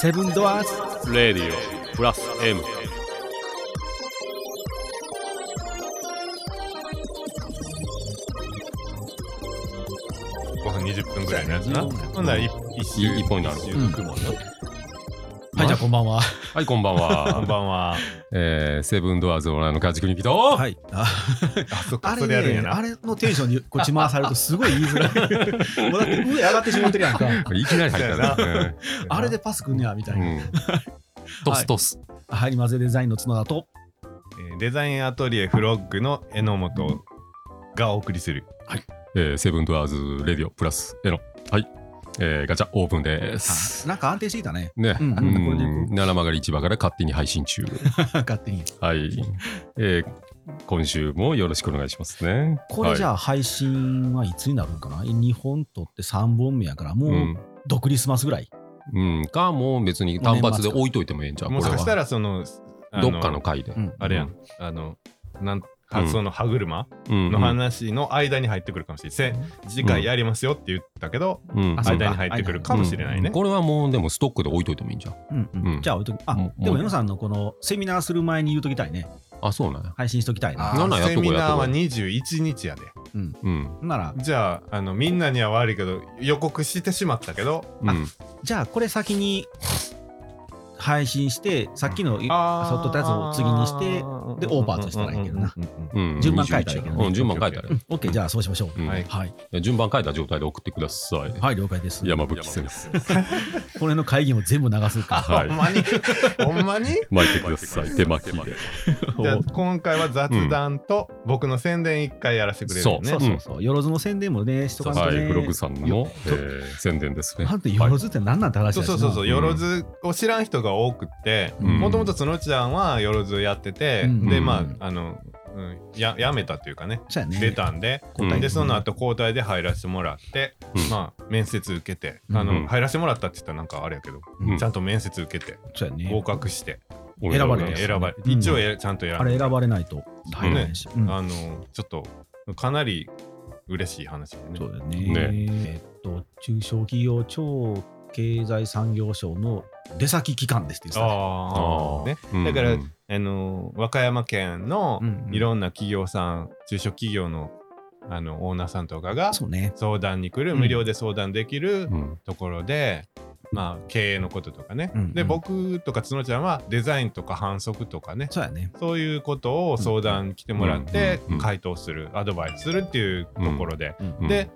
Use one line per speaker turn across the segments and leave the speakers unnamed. セブンドアーズ
レディオプラス M
ご飯20分ぐらいのやつな。
うん
ほんなら一一周
いいポイントある
一周行くもんな
はい、じゃあこんばんは。
はいこんばんは
こんばんは。
えー、セブンドアーズオーナーの家畜に来たお
はい。あ
あ、そっか、
あ
そ
れ
れやるんや
ね、
な。
あれのテンションにこっち回されるとすごい言いづらい。 もうだって上上がってしまってるやんか。
いきなり入ったな
そう
ね
あれでパスくんねやみたいな。
うんトストス
はい、り混ぜデザインの角だと。
えーデザインアトリエフロッグの榎本がお送りする。
えーセブンドアーズレディオプラスエロはいえーガチャオープンです
なんか安定していたね。
ね、
うん
うん、七曲り市場から勝手に配信中。
勝手に。
はい、えー今週もよろしくお願いしますね。
これじゃ
あ、
あ配信はいつになるんかな、日 ?2 本撮って3本目やから、も
う、
うん独立マスぐらい。
うん、かもう別に単発で置いといてもええんちゃう。
も
こ
し
れ
かし
は
たらその、あ
どっかの回で。
うん
あれやん、あの、なん
うん
はその歯車
うん
の話の間に入ってくるかもしれない。せ次回やりますよって言ったけど、
うん
あそう
間に入ってくるかもしれない
うん
ね。
これはもうでもストックで置いといてもいいんじゃん。
うんうん
うん
じゃあ置いとく。あ
もう
でも、
もう
矢野さんのこのセミナーする前に言うときたいね。
あ、そうなんや。
配信しときたい
あ
な。
なんなんやっ
セ
とこう
ミナー
やっ
は
とこ
21日やで。
うん。
なら、
じゃああの、みんなには悪いけど、予告してしまったけど、
うん。
じゃあこれ先に配信して、さっきのい
あ
そっとったやつを次にして、でオーバーとしたらいいけどな
うんうんうんうん
うん。
順番書いたらいいけどね
うん、順番書いたらいい。
OK、じゃあそうしましょう。
うん
はい
はい。
いや順番書いた状態で送ってください。
はい、了解です。
山吹先生。
これの会議も全部流すか。
は
ほん
い。
まにほんまに
巻いてください。手巻きで。
じゃあ今回は雑談と僕の宣伝一回やらせてくれるよ ね。
そうそうそう。よろずの宣伝もね、しとかんと
は
ね。
い。ブログさんのえー宣伝ですね。
なんて、
は
よ
い
ろずって何なんて話
そ
だ
う
し
そ
な
うそうそう、
ん
よろずを知らん人が多くって、
うん
もともと角ちゃんはよろずをやってて、
うん
で、
うん
まあ、あの、うんややめたというかね、
そうやね。
出たんで、
交
う
代。
ん
で、その後交代で入らせてもらって、
うん
まあ、面接受けて、
うん
あ
うん
の、入らせてもらったって言ったらなんかあれやけど、
うん
ちゃんと面接受けて、
そうやね。
合格して、
おめでとうございます
選
選ばれ、
うん
一応えちゃんと選
あ
ばれ、
れ選ばれないと入らないし。うん
あの、ちょっと、かなり嬉しい話でね
そ。うだよね。
ね
えっと、中小企業庁経済産業省の出先機関ですって言ってたね
ああ、ね。
うん
だから
うん
あの和歌山県の
うんうん
いろんな企業さん、中小企業のあのオーナーさんとかが
そうね。
相談に来る、
うん
無料で相談できる
うん
ところで、まあ、経営のこととかね、
うんうん
で僕とか角ちゃんはデザインとか反則とかね
そうやね。
そういうことを相談来てもらって
うんうんうん
回答する、アドバイスするっていうところで、
うん
うん
で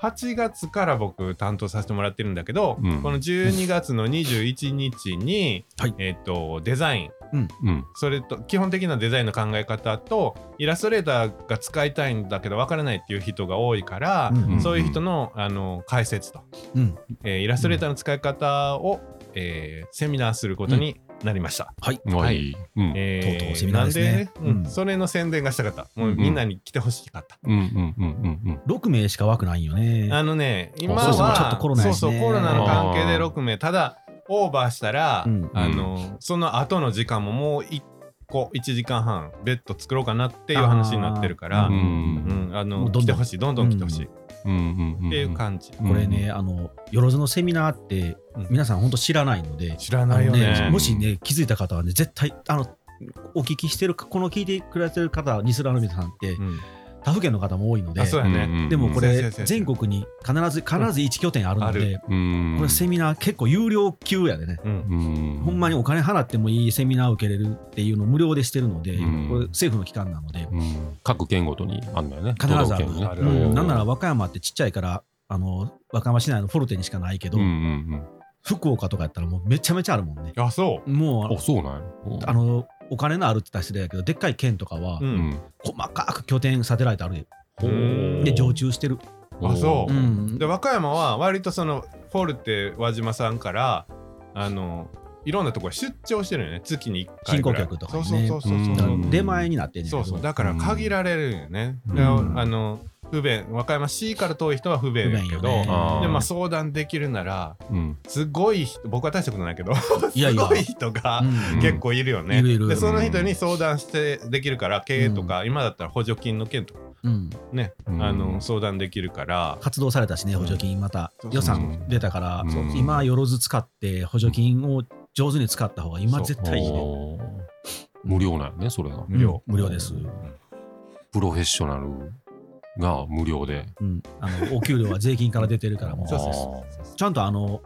8月から僕担当させてもらってるんだけど、
うん
この12月の21日に、
はい
えっとデザイン
うん
それと基本的なデザインの考え方とイラストレーターが使いたいんだけどわからないっていう人が多いから、
うん
そういう人のあの解説と、
うん
えーイラストレーターの使い方を、えーセミナーすることになりました。
はい。
は。
はい
うん
え
とうとうセミナーですね
なんで、うん
うん
それの宣伝がしたかったもうみんなに来てほしかった、
うんうんうんうんうん。
6名しか枠ないんよね。
あのね今
そうそ
は
う
ちょっとコロナやしね
そうそうコロナの関係で6名ただオーバーしたら、
うん
あのその後の時間ももう1個1時間半別途作ろうかなっていう話になってるから、
あ
う
ー
ん
うん
あ
も
の
うどんどん
来てほしいどんどん来てほしいっ
うんうんうん。
ていう感じ、
うん
これね、あの、よろずのセミナーって、
うん
皆さん本当知らないので、
知らないよね
あのもしね、気づいた方はね、絶対、あの、お聞きしてる、この聞いてくれてる方、ニスラの皆さんって
う、ん
他府県の方も多いので
あ、そうやね、
うんうんうん
でもこ
そうそう
れ
そうそう、
全国に必ず、必ず1拠点あるの
うん
で、
うん。
これセミナー結構有料級やでね。
うん
うん。
ほんまにお金払ってもいいセミナー受けれるっていうのを無料でしてるので、
うん
これ政府の機関なので、
うん。各県ごとにあんだよね。
必ずある
都道府県にね
ある
う
お
ん
ー
なんなら和歌山ってちっちゃいから、あの、和歌山市内のフォルテにしかないけど、
うんうん
福岡とかやったらもうめちゃめちゃあるもんね。
あそう
も
うん。
う
あ、、そうなんや
あの、お金のあるって言ったら失礼やけど、でっかい県とかは
う、
うんん。
細かく拠点、サテライトあるで
ほう
で、常駐してる。
あそう
うん
ん
で和歌山は割とそのフォルテ輪島さんからあのいろんなところ出張してるよね月に1回ぐらい
振興局とかにね
そうそうそうそ
うん
うそう
だ
そう
から出前になってんねんけ
そ
ど
うそうだから限られるよね、
うん
だから
うん
あの不便和歌山市から遠い人は不便やけ
不
ど、
便よね
あー
でまあ相談できるなら
うん。
すごい人僕は大したことないけど
いやい
す
や
ごい人が
うん
結構いるよね、
いるいる
でその人に相談してできるから経営とか、今だったら補助金の件とか
うん、
ね、
うん
あの相談できるから、
活動されたしね、補助金、また
そうそう
予算出たから、
うん
今、よろず使って、補助金を上手に使った方が、今、
そう
絶対いいね。
おー無料なんやね、それが。
無料無料です、
プロフェッショナルが無料で。
うん、あのお給料は税金から出てるから、も
そう
う
そうそう
ちゃんとあの、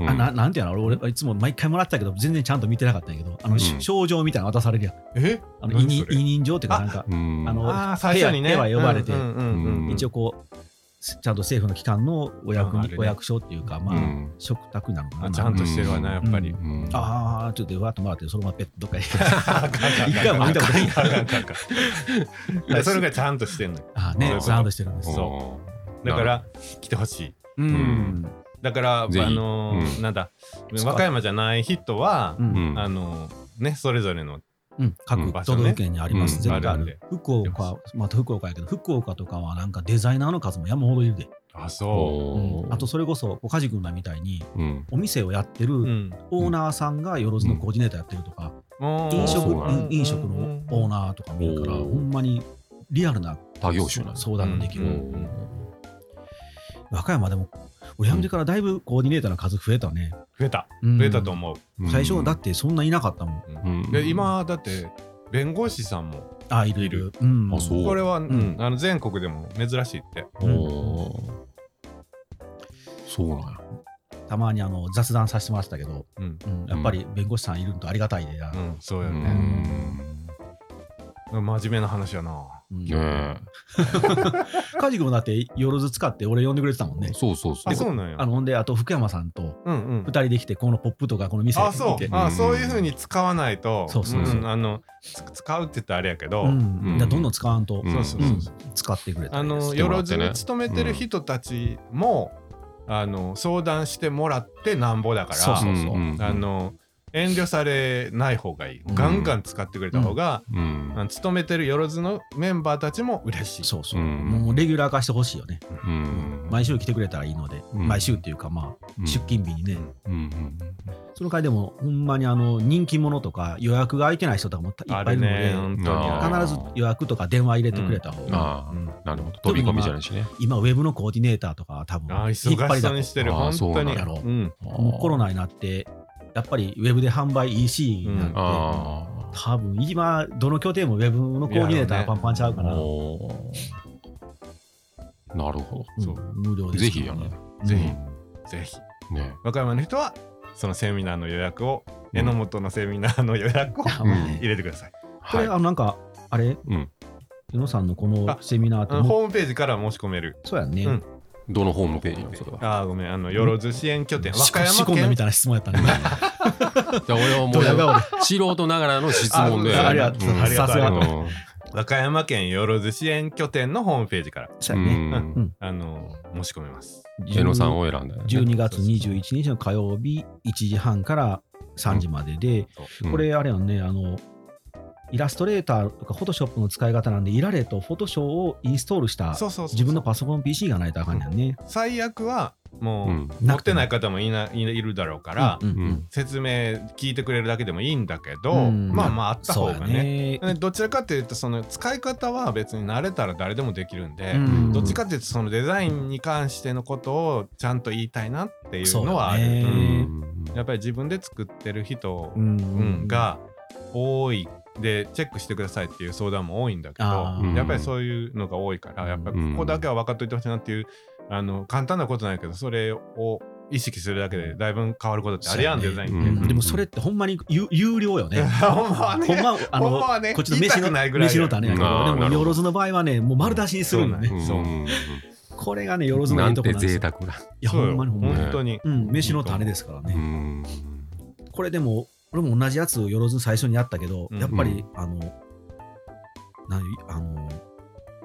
うん
あななんていうの、俺、俺いつも毎回もらってたけど、全然ちゃんと見てなかったんやけど、あの、
うん
症状みたいなの渡されるやん。
え
あの委
何
任
それ
委任状っていうか、なんか、
うん
あの
ああ最初にね
部屋部屋呼ばれて
うんうんうんうん
うん
一応こう、ちゃんと政府の機関のお役
ああ
に、
れね
お役所っていうか、まあ、
うん
食卓なのか
あ
な。
ちゃんとしてるわな、
うん
やっぱり。
うん
うん
ああ、ちょっとわっともらって、そのままペットどっかへ。
一
一回も見たことない
ない。それがちゃんとしてんのよ。
ああ
そういう
ね、
こと
サウンドしてるんです。
そ
だから、来てほしい。
うんん。
だから、あ
ぜひ
のー
うん
なんだ、
使う
和歌山じゃない人は
う、。
うんん
あのーね、それぞれの、
うん、
うん
各
場所
都
ね
道府県にあります、
うん
絶対あ
あるん
る
で。
福岡、また福岡やけど、福岡とかはなんかデザイナーの数も山ほどいるで。
あ、そ
おー
あと、それこそ、こう梶君らみたいに、
うん
お店をやって
う。
る
ん。
オーナーさんがよろずのコーディネーターやってるとか、
もう
飲食
そうなん
うん飲食のオーナーとかもいるから、
おー
ほんまにリアルな
多業種なんや
相談のでき
う
る。
ん
和歌山でも、俺辞めてからだいぶコーディネーターの数増えたね。
増えた。
うん
増えたと思う。
最初、だってそんないなかったもん。
うん
で今、だって、弁護士さんも、
あ、いるい
い
る
る。
うん
あそう
これは、うんんあの全国でも珍しいって。
うん
おーそうなんや。
たまにあの雑談させてもらってたけど、
うん。
うんやっぱり弁護士さんいるのとありがたいでな
う。ん、そう
う
よね。
ん
真面目な話やな。
うん
ねえ
カジ君もだって、よろず使って俺呼んでくれてたもんね。
そうそうそう。
あ、そうなんや
あ。のほんで、あと福山さんと
うんうん
2。人で来て、このポップとかこの店
あ
行
そ
っ
う
て。
う
あ
ん
そういうふうに使わないと
そうそうそうん
あのつ使うって言ったらあれやけど、
うん
うん
だからどんどん使わんと、
うん
そうそうそうそう
うん使ってくれた
あ
りです
の
して
よ
もら
ろ
って
ず
ね
に勤めてる人たちも、あの相談してもらってなんぼだから
そうそうそう。
うん
あの遠慮されない方がいい、
うん
ガンガン使ってくれた方が、
うん
あの勤めてるよろずのメンバーたちも嬉しい
そうそう。
うん
もうレギュラー化してほしいよね。
う
うん
ん
毎週来てくれたらいいので、
うん
毎週っていうか、まあ、
うん
出勤日にね。
うん
うんうん
その回でも、ほんまにあの人気者とか予約が空いてない人とかもいっ
あ
ぱいい
れ
るの
ね
で、
本
あ
当
ー
必ず予約とか電話入れてくれた方
うん
が、
あ
に、うん
あ、なるほど。飛び込みじゃないしね。
今、ウェブのコーディネーターとか、多分
あー
引っ張
忙
り
しそ
だ
う
と
にしてる
あー
本当に
そうなんやろ
ん
もうコロナになって、やっぱりウェブで販売いいし、なんで、
ああ。
多分今、どの拠点もウェブのコーディネーターパンパンちゃうから、
おーなるほ
うん
そう
無料です
ぜひやね
うん
ぜ
ど。
ひぜひ
ね
和歌山の人はそのセミナーの予約を、榎本のセミナーの予約を
あまあね
入 れてください。
これ、
はい
あ。のなんか、あれ、
うん
宇野さんのこのセミナーって
あの
もう、
ホームページから申し込める。
そうやんね。
うん
どのホームページのそれは。
ああ、ごめん、あの、よろず支援拠点、和
し
歌
仕
山
込んだみ
県。
たいな質問やったね。
じゃあ俺はも
ドヤ顔で
う、素人ながらの質問で。
あ
ありが
う
と
ん
う。さすが
ありがと
と。
う和歌山県よろず支援拠点のホームページから、
そう
う
やね。
ん
う
うん
あの、申し込めます。
江野さんを選んだよね。
12月21日の火曜日、1時半から3時までで、
うん
こ、れ、あれよね、あの、イラストレーターとか、フォトショップの使い方なんで、イラレとフォトショーをインストールした
そうそうそう。
自分のパソコン、PC がないとあかんやんね。
最悪は、もう、
うん
持ってない方もいないいるだろうから、
うんうん
うん
説明聞いてくれるだけでもいいんだけど、
うん
まあまあ、あった方
そう
が
や
ね。
ね。
でどちらかというと、その使い方は別に慣れたら誰でもできるんで、
うん
どっちかというと、そのデザインに関してのことをちゃんと言いたいなっていう
そう
のはあ
や
る。
ね
うん
やっぱり自分で作ってる人、
うん
うん、が多いでチェックしてくださいっていう相談も多いんだけ
あ
ど
ー
やっぱりそういうのが多いからやっぱりここだけは分かっといてほしいなっていうあの簡単なことなんやけどそれを意識するだけでだいぶ変わることってあるやん
そう
デ
や
ザ
ね
イ
う
ン
ん
って。
でもそれってほんまに有有料よね。
ほんまは
ほん
ね。
ま、あ
ほん
の
ま、はね
こっちの飯
言いた
の
くないぐらい
飯の種やけ
あー
ど、でも、
なるほど
よろずの場合はね、もう丸出しにするのね。
そう
う
そうん
これがね、よろずの
ない
い
ん
とこ
て
なんです
贅
よ。
沢な。
いや、ほ
そうよ
んまにほんまに。
本当に。
うん、飯の種ですから
う
ね。
ん
これでも、俺も同じやつをよろず最初にやったけど、
うん
やっぱり、あの、なんあの、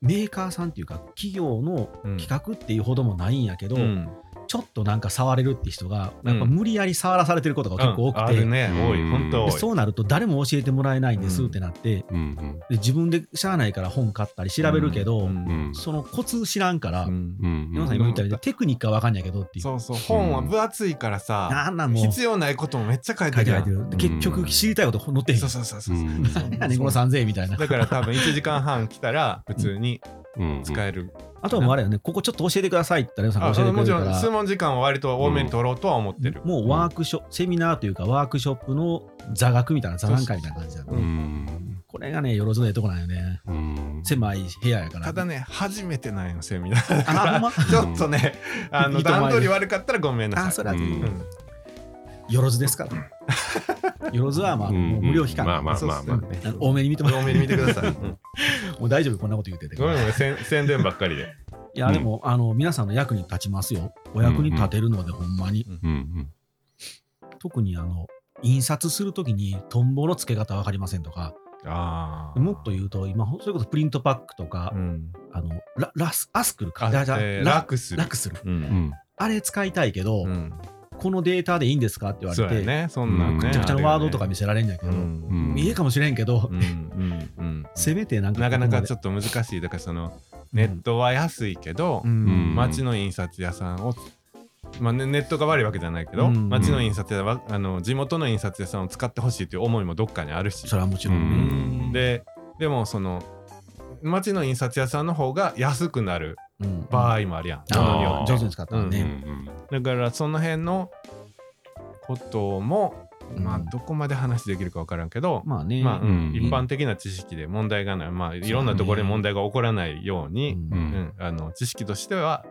メーカーさんっていうか、企業の
うん
企画っていうほどもないんやけど、
うん
ちょっとなんか触れるって人が、
うん
やっぱ無理やり触らされてることが結構多く
あ
て、
るね多い
うん
本当
で
多い。
そうなると誰も教えてもらえないんですってなって、
うん
で自分でしゃあないから本買ったり調べるけど、
うんうん
そのコツ知らんから、
うん
うん
皆さん今言ったみたいにテクニックはわかんないけどっていう。
そうそう本は分厚いからさ
なんなんもう
必要ないこともめっちゃ書い
書
て
い
る
て
や
書いて
ん。
る。で結局知りたいこと載ってへん。
そうそうそうそうう。
ん
何やねんこの3000円みたいな。
だから多分1時間半来たら普通に
うんうん
使える。
あとはもうあれよね、ここちょっと教えてくださいってレオさん
あ
が教えてく
も
れ
ち
る
ろ
か
ん
ら
質、問時間を割と多めに取ろうとは思ってる。
もうワークショップ、セミナーというか、ワークショップの座学みたいな、座談会みたいな感じだね。
う
うん
これがね、よろずのええとこなんよね。
うん
狭い部屋やから。
ただ
ね、
ね、初めてなんよ、セミナー。
あ、ほんま
ちょっとね、あの
いいと思うよ
段取り悪かったらごめんな
あ、そ
さい。
れは、
うん
よろずですから。よろずは、まあ、もう無料期間。
まあまあまあまあ
そうっ
ね。
あの多めに見てもら
多
う
めに見てくだ さい。うん
もう大丈夫こんなこと言ってて
ごめんごめんせん、宣伝ばっかりで。
いやでも、あの皆さんの役に立ちますよお役に立てるので、ほんまに
うんうん
特にあの印刷するときにトンボの付け方分かりませんとか
あ あ。
もっと言うと今ほそれこそプリントパックとか、
うん。
あのララスアスクルか
あ
じゃあじゃあ
えー
ラ
楽する。
ラクスル
う。
うんん
あれ使いたいけど、
うん
このデータでいいんですかって言わ
そ
れ
うや
て、
ね、そんなんね。
うん
めちゃくちゃのワードとか
見
見せられんやけ
う
ど、
ん。
うん
いいかもしれんけど、
うんうんうん
せめてなんか
なかなかち
ょ
ょっと難しい。だからその、ネットは安いけど、
うん
町の印刷屋さんを、まあね、ネットが悪いわけじゃないけど、
うん
町の印刷屋はあの地元の印刷屋さんを使ってほしいという思いもどっかにあるし
それはもちろん、
うん
うん
ででもその町の印刷屋さんの方が安くなる
うん
場合もあるやん、
うん
ものによ
あ
っ
ー
て
上手に使ったら
うんう
ね、
ん
ってだからその辺のことも、まあ
うん
どこまで話できるか分からんけど、
まあね、
まあ
うんうん
一般的な知識で問題がない、まあ、いろんなところに問題が起こらないよう
う
に、
ん
う
うん
ん
あの知識としては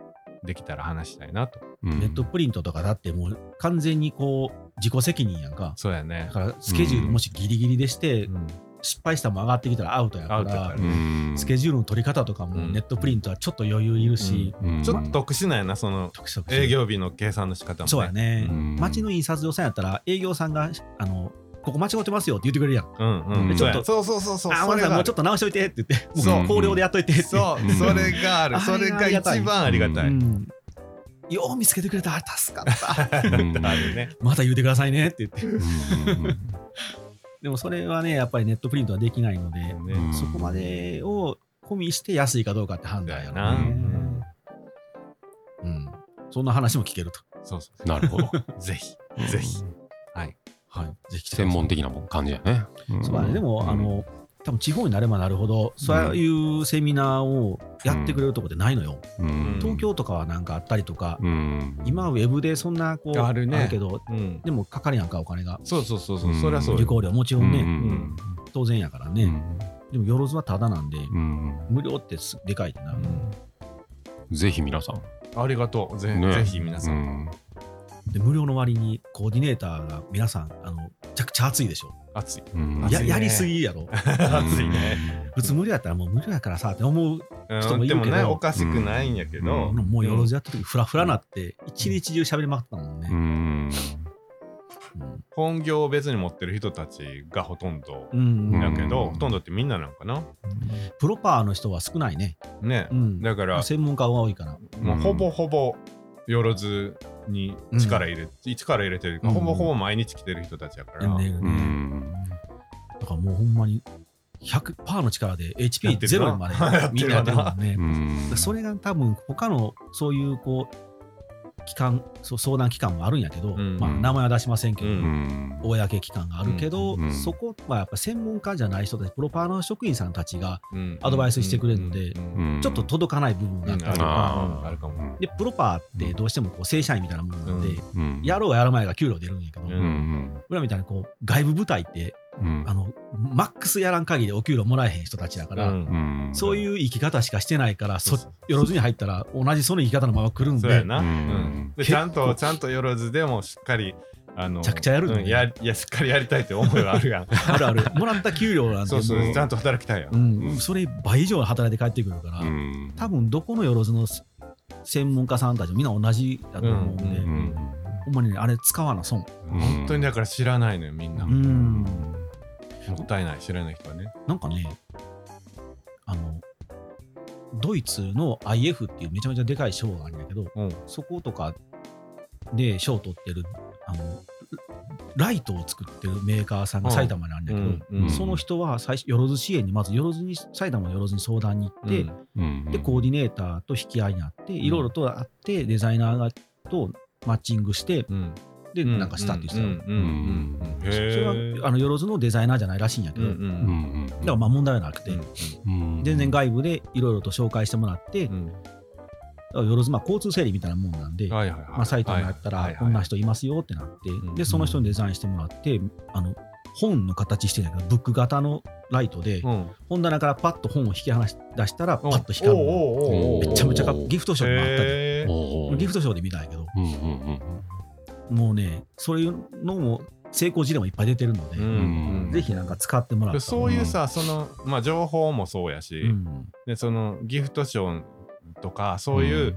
できたら話したいなと。
うん
ネットプリントとかだってもう完全にこう自己責任やんか。
そうやね
だからスケジュールもしギリギリでして、
うん
失敗したも上がってきたらアウトやか
アウトやからら、
うん
スケジュールの取り方とかも
うん
ネットプリントはちょっと余裕いるし、
うん
ちょっと特殊なんやな、その
特色
営業日の計算の仕方も、ね。
そうやね、
うん
町の印刷所さんやったら営業さんがあのここ間違ってますよって言ってくれるやん。
うんうん。
うん
そうや
ちょっ
そうそうそうそう。
あ、ごめんなさい、もうちょっと直しといてって言って、
そう
もう高量でやっといてって。
そうう、
ん
それがあ
あ
る。
れ
それ
あ
が
りが
一
たい
番ありが
う
たい。
んよう見つけてくれた、助かった。
うん
あるね。
また言うてくださいねって言って。
うんうん
でもそれはね、やっぱりネットプリントはできないので、
うん
そこまでを込みして安いかどうかって判断やな、
だよ
うん。そんな話も聞けると。
そうそ
なるほ ど。
う。ぜひ、ぜひ。はい。
はい。ぜひ来てください
専門的なもん感じやね。
そうだね。でも、
うん
あの、多分地方になればなるほど、そういうセミナーをやってくれるとこってないのよ。
うん
東京とかはなんかあったりとか、
うん
今はウェブでそんなこう、
あるね
けど、
うん。
でもかかるやんか、お金が。
そうそうそうそうう。
ん
それはそう
受
よ。
講料もちろんね、
うん
当然やから
う
ね。
ん
でも、よろずはタダなんで、
うん
無料ってすでかいな。
ぜひ皆さん。
ありがとう。ぜ
ね
ぜひ皆さん。
で、無料の割にコーディネーターが皆さん、あの、めちゃくちゃ熱いでしょ。
熱い。
うん
熱い
や
ね
やりすぎやろ。
熱いね。。
普通無料やったらもう無料やからさって思う人
う
も
ん
いるけ
で
ど
もね、おかしくないんやけ
の
ど。
もうよろずやった時フラフラなって一日中喋りまくったもん
う
ね。
ん
本業を別に持ってる人たちがほとんど
うん
う
やけど、
うん
ほとんどってみんななんかな。
プロパーの人は少ないね。
ね
う。ん
だから、
専門家が多いから。
もうほぼほぼよろずに力入れ、力入れてる、
うん
ほぼほぼ毎日来てる人たちやから、
ね
うん
だからもうほんまに100%の力で HP ゼロまで
やって
みん
る
なや
な
ってるもんね
う。ん
それが多分他のそういうこう機関そう相談機関もあるんやけど、
うん
まあ、名前は出しませんけど、
う
うん
公機関があるけど、
うんうん
そこはやっぱ専門家じゃない人たちプロパーの職員さんたちが
うん
アドバイスしてくれるので
うん
うん
ちょっと届かない部分があったりとか、
あー
あるかも
でプロパーってどうしてもこう正社員みたいなものなんで、
うん
やろうやる前が給料出るんやけど、
う
うんん
俺らみたいにこう外部部隊って
うん
あのマックスやらん限りお給料もらえへん人たちだから、
うん
うん
そういう生き方しかしてないから
そ
そうよろずに入ったら同じその生き方のまま来るん
そうや
で
な、
う
うんんで
結
ち
構
ゃんとちゃんとよろずでもしっかりあの
ちゃくちゃやるんだね
うんやいやしっかりやりたいって思いはあるやん
あるあるもらった給料なんて
そ
も
うそううちゃんと働きたいやん、
うんそれ倍以上働いて帰ってくるから、
うん
多分どこのよろずの専門家さんたちもみんな同じだと思うんで、
うん
う
うんうん
ん
ほんまにねあれ使わな損、
うん
本当にだから知らないのよみんな、
う
も
ん、
ったいない知らない人はね
なんかねあのドイツの IF っていうめちゃめちゃでかい賞があるんだけど
うん
そことかで賞を取ってるあのライトを作ってるメーカーさんが埼玉にあるんだけど、
うん
その人は最初よろず支援にまずよろずに埼玉のよろずに相談に行って、
うん
でコーディネーターと引き合いにあっていろいろとあってデザイナーがとマッチングして
うん
でなんかしたって言ってたよ、
うんうんうんうん
それ
へ
はあのよろずのデザイナーじゃないらしいんやけ
え
ど、
うんう
だ
うんんうん
からまあ問題はなくて、
うん
全然外部でいろいろと紹介してもらって、
うん
だからよろずまあ交通整理みたいなもんなんで、
はいはいはい
まあ、サイトにやった
はい
ら
はい
こんな人いますよってなって、
ん
でその人にデザインしてもらってあの本の形してるんだけどブック型のライトで、
うん
本棚からパッと本を引き離し出したらパ
うん
ッと光るの
おうおうおうお
め
う
っちゃめちゃかっこ
おー
ギフトショーもあったり
へー
おー
ギフトショーで見たんやけど
うんうんうん
もうねそういうのも成功事例もいっぱい出てるので、
うん
ぜひなんか使ってもら
で
う
そういうさ、そのまあ情報もそうやし、
うん
でそのギフトショーとかそういう、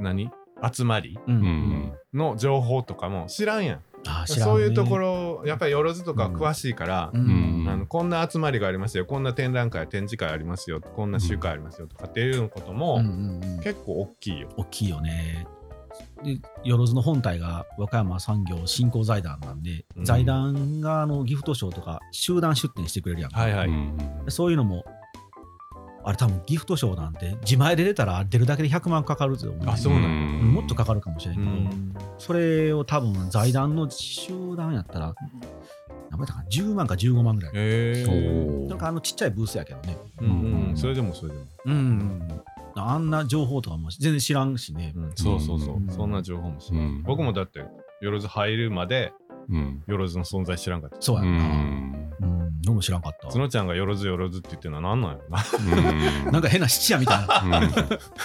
何集まり
うん
うん
の情報とかも知らんやん
あー知らんね
そういうところやっぱりよろずとか詳しいから
う、
うん
ん
うん
あのこんな集まりがありますよこんな展覧会展示会ありますよこんな集会ありますよとかっていうこと
うんう
も
んうん
結構大きいよ。
大きいよね。で、よろずの本体が和歌山産業振興財団なんで、
うん
財団があのギフト賞とか集団出展してくれるやんか、
はいはい。
うん
でそういうのも、あれ多分ギフト賞なんて自前で出たら出るだけで100万かかると思うね
あそうなんや
もっとかかるかもしれんけ
う
ど、
ん
それを多分財団の集団やったら、何倍だったかな10万か15万ぐらい。
へえ。
なんかあのちっちゃいブースやけどね。
うんうんそれでもそれでも。
うん。あんな情報とかも全然知らんしね。。
うんそうそうそううんそんな情報も知ら
うんん
僕もだってよろず入るまで
うん
よろずの存在知らんかった。
そう
う
やんな。
ん
うん、俺も知らんかったわ。
角ちゃんがよろずよろずって言ってるのは何なんやろな。
なんか変な質屋みた いな、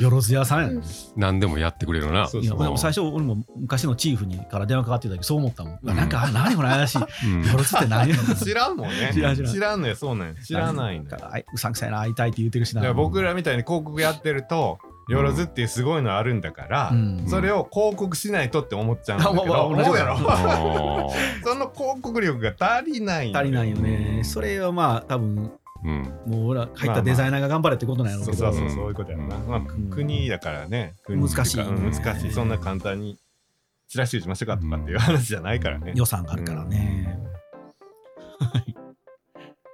よろず屋さんやね
何でもやってくれるな。
そう
いや俺も最初、俺も昔のチーフにから電話かかってきた時そう思ったもん。うわなんか、あ何これ怪しい。よ
うん
ろずって何やねん
知らんもんね。
知らん知らん
のよ、そうなんや。知らないの
な
よ
ん。かあいうさんくさいな、会いたいって言ってるし
だから
な。
僕らみたいに広告やってると、よろずっていうすごいのあるんだから、
うん
それを広告しないとって思っちゃうんだけど、
あまあまあ
思うやろ
あ
その広告力が足りないんだ
足りないよね。それはまあ、多分
ー うん
もう俺ら入ったデザイナーが頑張れってことなんやろう
そ
け
う
ど。
そうそうそういうことやな、
うん
まあ、国だからね国ってうか
難しい
うん難しいそんな簡単にチラシ打ちましたかとかってい
う
う
ん
話じゃないからね、
予算があるからね。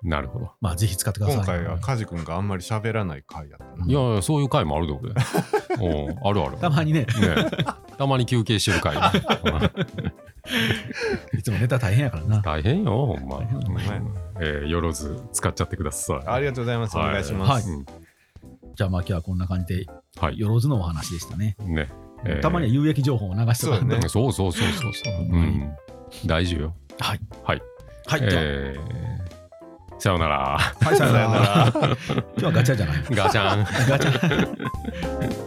なるほど。
まあ、ぜひ使ってください。
今回は梶君があんまり喋らない回やったない
やいや、そういう回もあるで、俺。おうあるある。
たまにね、
ねたまに休憩してる回。うん
いつもネタ大変やからな。
大変よ、ほんま
大変。
ほんまや
えーよろず使っちゃってください。
ありがとうございます、
はい
お願いします、
うん
じゃあまあ今日はこんな感じで、
はい。
よろずのお話でしたね。
ね。えー
たまには有益情報を流して
そうだね
そうそうそうそうそう。うん。大事よ。
はい。
はい。
はい。じゃあ
えーさよなら。
はい、さよな
さよな
ら。今日はガチャじゃない。
ガチャン。
ガチャ。